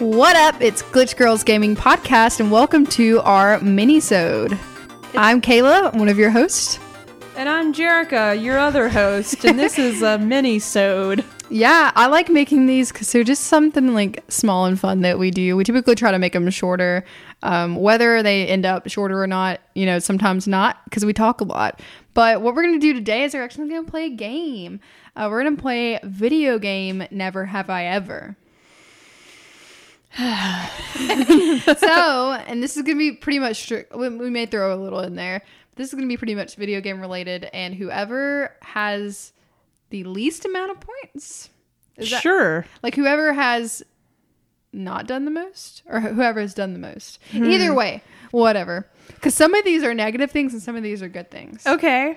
What up? It's Glitch Girls Gaming Podcast, and welcome to our mini-sode. I'm Kayla, one of your hosts. And I'm Jerica, your other host, and this is a mini-sode. Yeah, I like making these because they're just something like small and fun that we do. We typically try to make them shorter, um, whether they end up shorter or not. You know, sometimes not because we talk a lot. But what we're gonna do today is we're actually gonna play a game. Uh, we're gonna play video game Never Have I Ever. so, and this is gonna be pretty much. Strict, we, we may throw a little in there. This is gonna be pretty much video game related, and whoever has the least amount of points. Is that- sure. like whoever has not done the most or wh- whoever has done the most. Hmm. Either way, whatever. Because some of these are negative things and some of these are good things. Oh. Okay.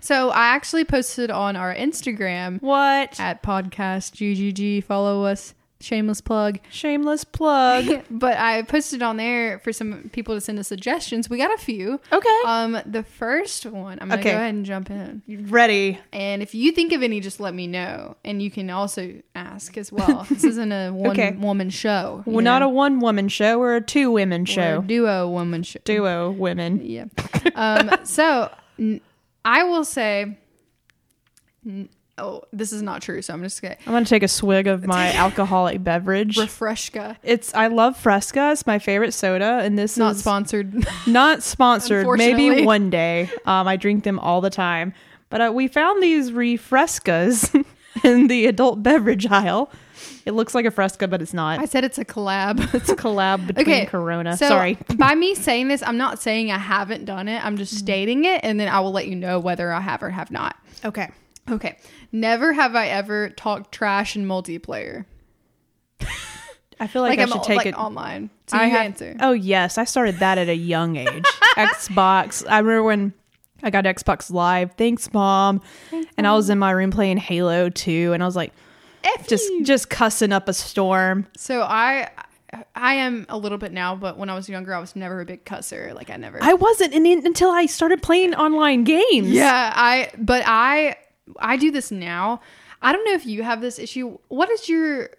So I actually posted on our Instagram What? at podcast GGG. Follow us. Shameless plug. Shameless plug. but I posted on there for some people to send us suggestions. We got a few. Okay. Um, the first one, I'm gonna Okay. go ahead and jump in. Ready. And if you think of any, just let me know. And you can also ask as well. this isn't a one Okay. woman show. you We're not a know? one woman show, we're a two women We're a show. duo woman show. Duo women. Yeah. Um, so n- I will say, n- oh, this is not true. So I'm just going to I'm going to take a swig of my alcoholic beverage. refreshka. It's I love Fresca. It's my favorite soda, and this It's not is sponsored. not sponsored. Maybe Unfortunately. one day. Um, I drink them all the time. But uh, we found these refrescas in the adult beverage aisle. It looks like a fresca, but it's not. I said it's a collab. It's a collab between Okay. Corona. So Sorry. by me saying this, I'm not saying I haven't done it. I'm Mm-hmm. just stating it. And then I will let you know whether I have or have not. Okay. Okay. Never have I ever talked trash in multiplayer. I feel like, Like, I I'm should all- take like it. online. So I you have- answer. Oh yes, I started that at a young age. Xbox. I remember when I got Xbox Live. Thanks, mom. and I was in my room playing Halo 2, and I was like, just just cussing up a storm. So I I am a little bit now, but when I was younger I was never a big cusser. Like I never I wasn't in, in- until I started playing online games. Yeah, I but I I do this now. I don't know if you have this issue. What is your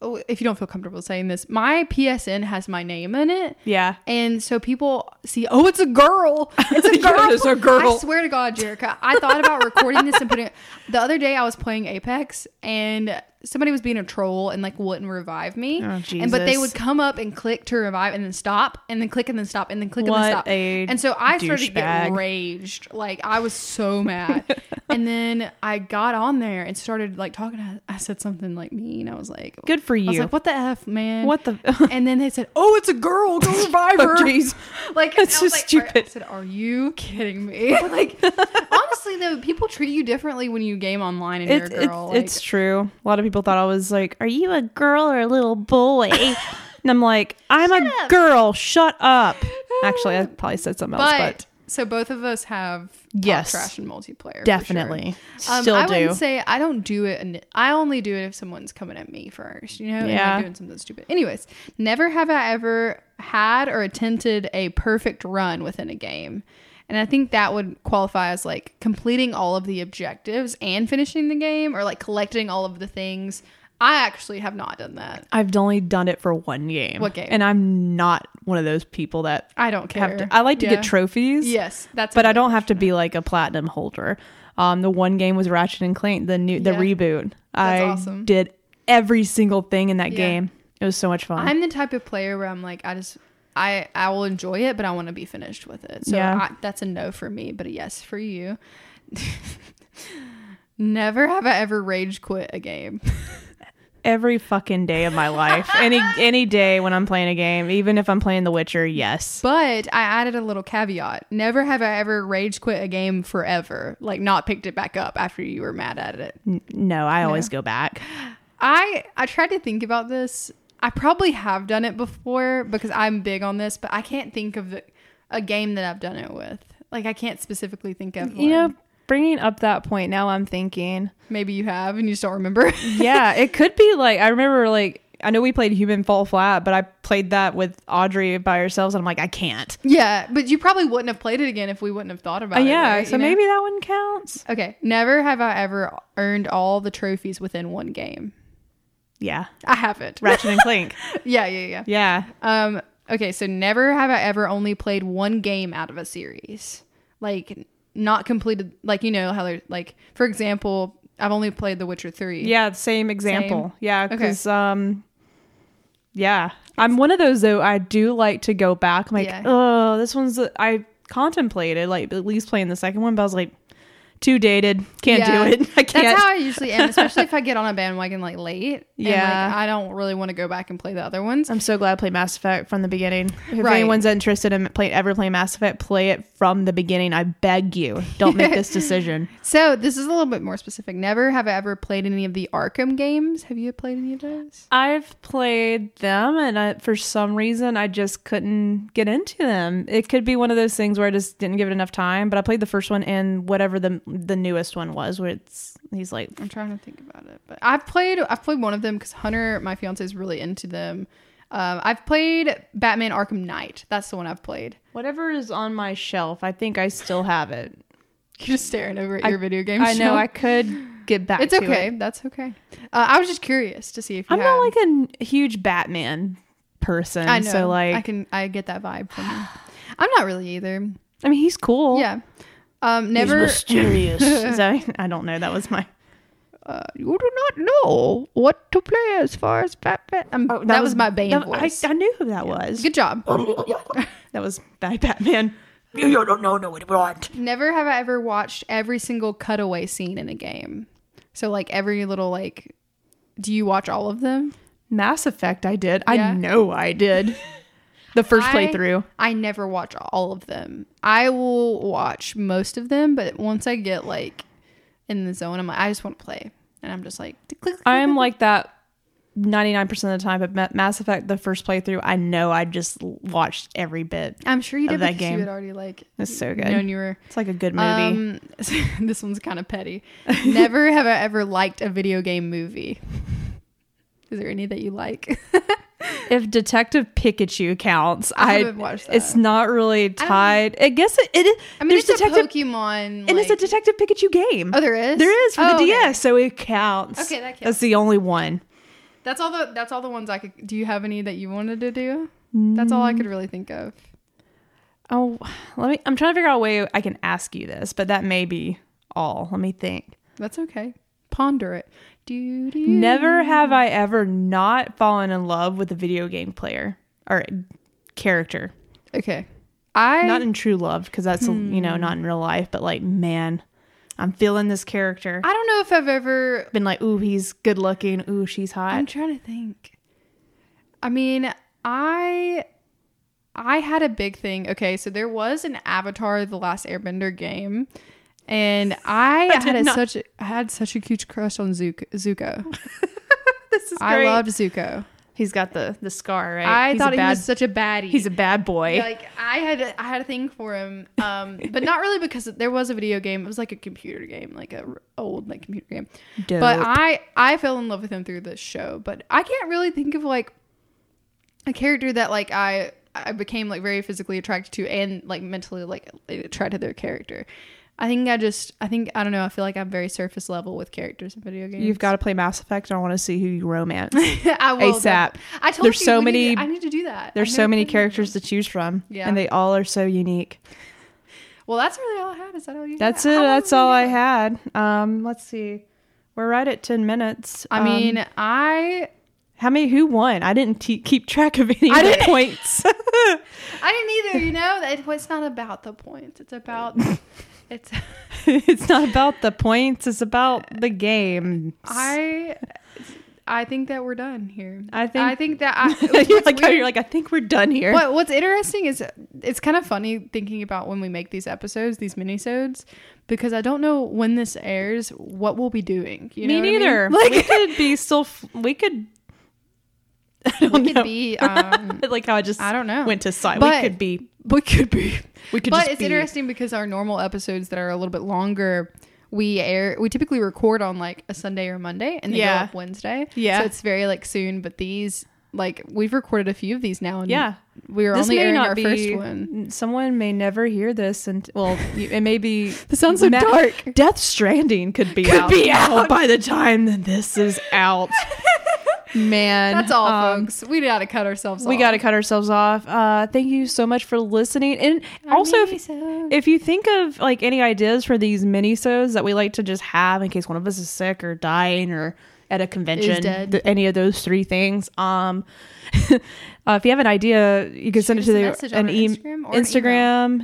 oh, if you don't feel comfortable saying this, my PSN has my name in it. Yeah. And so people see, oh, it's a girl. It's a Yeah, girl. it's a girl. I swear to God, Jerica. I thought about recording this and putting it. The other day I was playing Apex and somebody was being a troll and like wouldn't revive me. Oh, And but they Jesus. would come up and click to revive and then stop and then click and then stop and then click and What then stop. a and so I started to get douchebag. raged. Like I was so mad. and then I got on there and started like talking. I said something like mean. I was like, Good for I was you. like, what the F, man? What the- and then they said, oh, it's a girl. Go revive Oh, her. jeez. Like That's and I was just like, are- stupid. I said, "Are you kidding me?" like, honestly, though, people treat you differently when you game online and It's you're a girl. it's, it's true. A lot of people thought I was like, "Are you a girl or a little boy?" and I'm like, "I'm a up. girl. Shut up." Actually, I probably said something like, else, but, so both of us have talked Yes. trash and multiplayer for sure. Definitely. Um, Still I do. wouldn't say I don't do it. and I only do it if someone's coming at me first. You know, and Yeah. I'm doing something stupid. Anyways, never have I ever had or attempted a perfect run within a game. And I think that would qualify as like completing all of the objectives and finishing the game or like collecting all of the things. I actually have not done that. I've only done it for one game. What game? And I'm not one of those people that I don't care. have to. I like to Yeah. get trophies. Yes, that's But I another don't have to be like a platinum holder. Um, the one game was Ratchet and Clank, the new the Yeah. reboot. That's I awesome. did every single thing in that Yeah. game. It was so much fun. I'm the type of player where I'm like, I just, I, I will enjoy it, but I want to be finished with it. So Yeah. I, that's a no for me, but a yes for you. Never have I ever rage quit a game. every fucking day of my life. any any day when I'm playing a game, even if I'm playing The Witcher, yes. But I added a little caveat. Never have I ever rage quit a game forever, like not picked it back up after you were mad at it. N- No, I always go back. I I tried to think about this. I probably have done it before because I'm big on this, but I can't think of the, a game that I've done it with. Like I can't specifically think of. one. You know, bringing up that point, now I'm thinking Maybe you have and you just don't remember. yeah, it could be like I remember like I know we played Human Fall Flat, but I played that with Audrey by ourselves, and I'm like, I can't. yeah, but you probably wouldn't have played it again if we wouldn't have thought about it. Oh, Uh, yeah, right? so You know? maybe that one counts. Okay. Never have I ever earned all the trophies within one game. Yeah. I haven't. Ratchet and Clank. Yeah, yeah, yeah. Yeah. Um, okay, so never have I ever only played one game out of a series. Like not completed like you know how they're like for example, I've only played The Witcher 3. Yeah, same example. Same. Yeah, Okay. because um, yeah, I'm one of those though. I do like to go back. I'm like, Yeah. oh, this one's I contemplated like at least playing the second one, but I was like, too dated. Can't Yeah. do it. I can't. That's how I usually am, especially if I get on a bandwagon like late. and, Yeah. like, I don't really want to go back and play the other ones. I'm so glad I played Mass Effect from the beginning. If Right. anyone's interested in play, ever playing Mass Effect, play it from the beginning. I beg you, don't make this decision. So this is a little bit more specific. Never have I ever played any of the Arkham games. Have you played any of those? I've played them, and I, for some reason, I just couldn't get into them. It could be one of those things where I just didn't give it enough time. But I played the first one and whatever the the newest one was, where it's he's like, I'm trying to think about it, but I've played I've played one of them because Hunter, my fiance, is really into them. Um, I've played Batman Arkham Knight. That's the one I've played. whatever is on my shelf, I think I still have it. You're just staring over at I- your video game. I know shelf. I could get back. it's to okay. it. That's okay. Uh, I was just curious to see if you I'm had- not like a n- huge Batman person, I know. so like, I can I get that vibe from you. I'm not really either. I mean, he's cool. Yeah. Um, never. mysterious. Is that- I don't know. That was my. Uh, you do not know what to play as far as Batman. Um, that, was, my Bane that- I- voice. I, knew who that was. Good job. That was by Batman. You don't know no it won't. Never have I ever watched every single cutaway scene in a game. So like every little like. Do you watch all of them? Mass Effect, I did. Yeah. I know I did. The first I- playthrough. I never watch all of them. I will watch most of them, but once I get like in the zone, I'm like, I just want to play, and I'm just like, click, click, click, I'm click. like that 99% of the time, but Ma- Mass Effect, the first playthrough, I know I just l- watched every bit. I'm sure you of did that that game. game. You had already like It's so good. known you were. It's like a good movie. Um, this one's kind of petty. Never have I ever liked a video game movie. Is there any that you like? if Detective Pikachu counts, I, haven't watched that. it's not really tied. I, guess it, it I mean, it's Detective a Pokemon, and it's a like- Detective Pikachu game. Oh, there is. There is for Oh, the okay. DS, so it counts. Okay, that That's counts. the only one. That's all the that's all the ones I could. Do you have any that you wanted to do? That's all I Mm. could really think of. Oh, let me. I'm trying to figure out a way I can ask you this, but that may be all. Let me think. That's okay. Ponder it. Do, do. Never have I ever not fallen in love with a video game player or character. Okay. I Hmm. Not in true love, because that's you know not in real life, but like man, I'm feeling this character. I don't know if I've ever. Been like, ooh, he's good looking. Ooh, she's I'm hot. trying to think. I mean, I I had a big thing. Okay, so there was an Avatar: The Last Airbender game, and I, had did a, not- such a, I had such a huge crush on Zuko. Zuko. This is I loved Zuko. He's got the the scar, right? I He's thought he a bad, was such a baddie. he's a bad boy. like I had a, I had a thing for him, um, but not really because there was a video game. It was like a computer game, like a r- old like computer game. Dope. But I I fell in love with him through this show. But I can't really think of like a character that like I I became like very physically attracted to and like mentally like attracted to their character. I think I just I think I don't know. I feel like I'm very surface level with characters in video games. You've got to play Mass Effect. I want to see who you romance. I will, ASAP. I told There's you so we need many- to- I need to do that. There's I've so never many played them. characters to choose from, Yeah. and they all are so unique. Well, that's really all I had. Is that all you? That's had? it. How long That's have we all been I going? had. Um, let's see. We're right at ten minutes. I Um, mean, I how many? Who won? I didn't te- keep track of any of I the didn't- points. I didn't either. You know, it, it's not about the points. It's about it's. it's not about the points. It's about the game. I I think that we're done here. I think- I think that I, you're what's like, weird- you're like, I think we're done here. What, what's interesting is it's kind of funny thinking about when we make these episodes, these minisodes, because I don't know when this airs, what we'll be doing. You know Me what I mean? neither. Like, we could be still. F- we could. I don't we know. could be. Um, like how I just I don't know. went to side. But- we could be. we could be. We could. but just it's be- interesting because our normal episodes that are a little bit longer we air we typically record on like a sunday or monday and they Yeah. go up wednesday Yeah. so it's very like soon but these like we've recorded a few of these now and Yeah. we were This only may airing not our be. first one Someone may never hear this, and well, you- it may be. This sounds so dark. Death Stranding could be out. Oh, be now by the time that this is out. man. That's all, Um, folks. We gotta cut ourselves. We off. got to cut ourselves off. Uh, thank you so much for listening. And also, if, minisodes. if you think of like any ideas for these minisodes that we like to just have in case one of us is sick or dying or at a convention, dead. th- any of those three things. Um, uh, if you have an idea, you can send it us to a the message on an our e- Instagram or an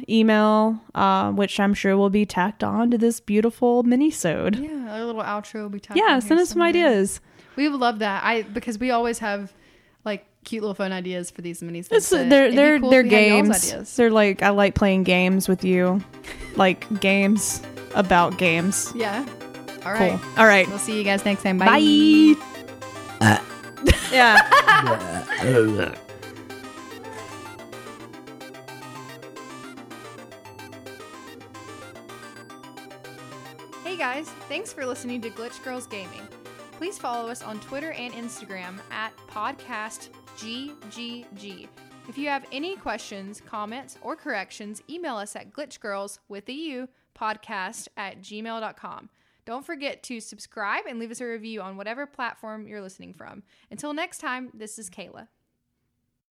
Instagram email, um, which I'm sure will be tacked on to this beautiful minisode. Yeah, our little outro will be talking. Yeah, here send us some someday. ideas. We would love that. I because we always have like cute little fun ideas for these minis. It's, but uh, they're it'd be they're cool if they're we had y'all's games. ideas. They're like I like playing games with you, like games about games. Yeah. All Cool. right. All right. We'll see you guys next time. Bye. yeah. Hey guys, thanks for listening to Glitch Girls Gaming. Please follow us on Twitter and Instagram at podcastggg. If you have any questions, comments, or corrections, email us at glitchgirls with a U podcast at gmail.com. Don't forget to subscribe and leave us a review on whatever platform you're listening from. Until next time, this is Kayla.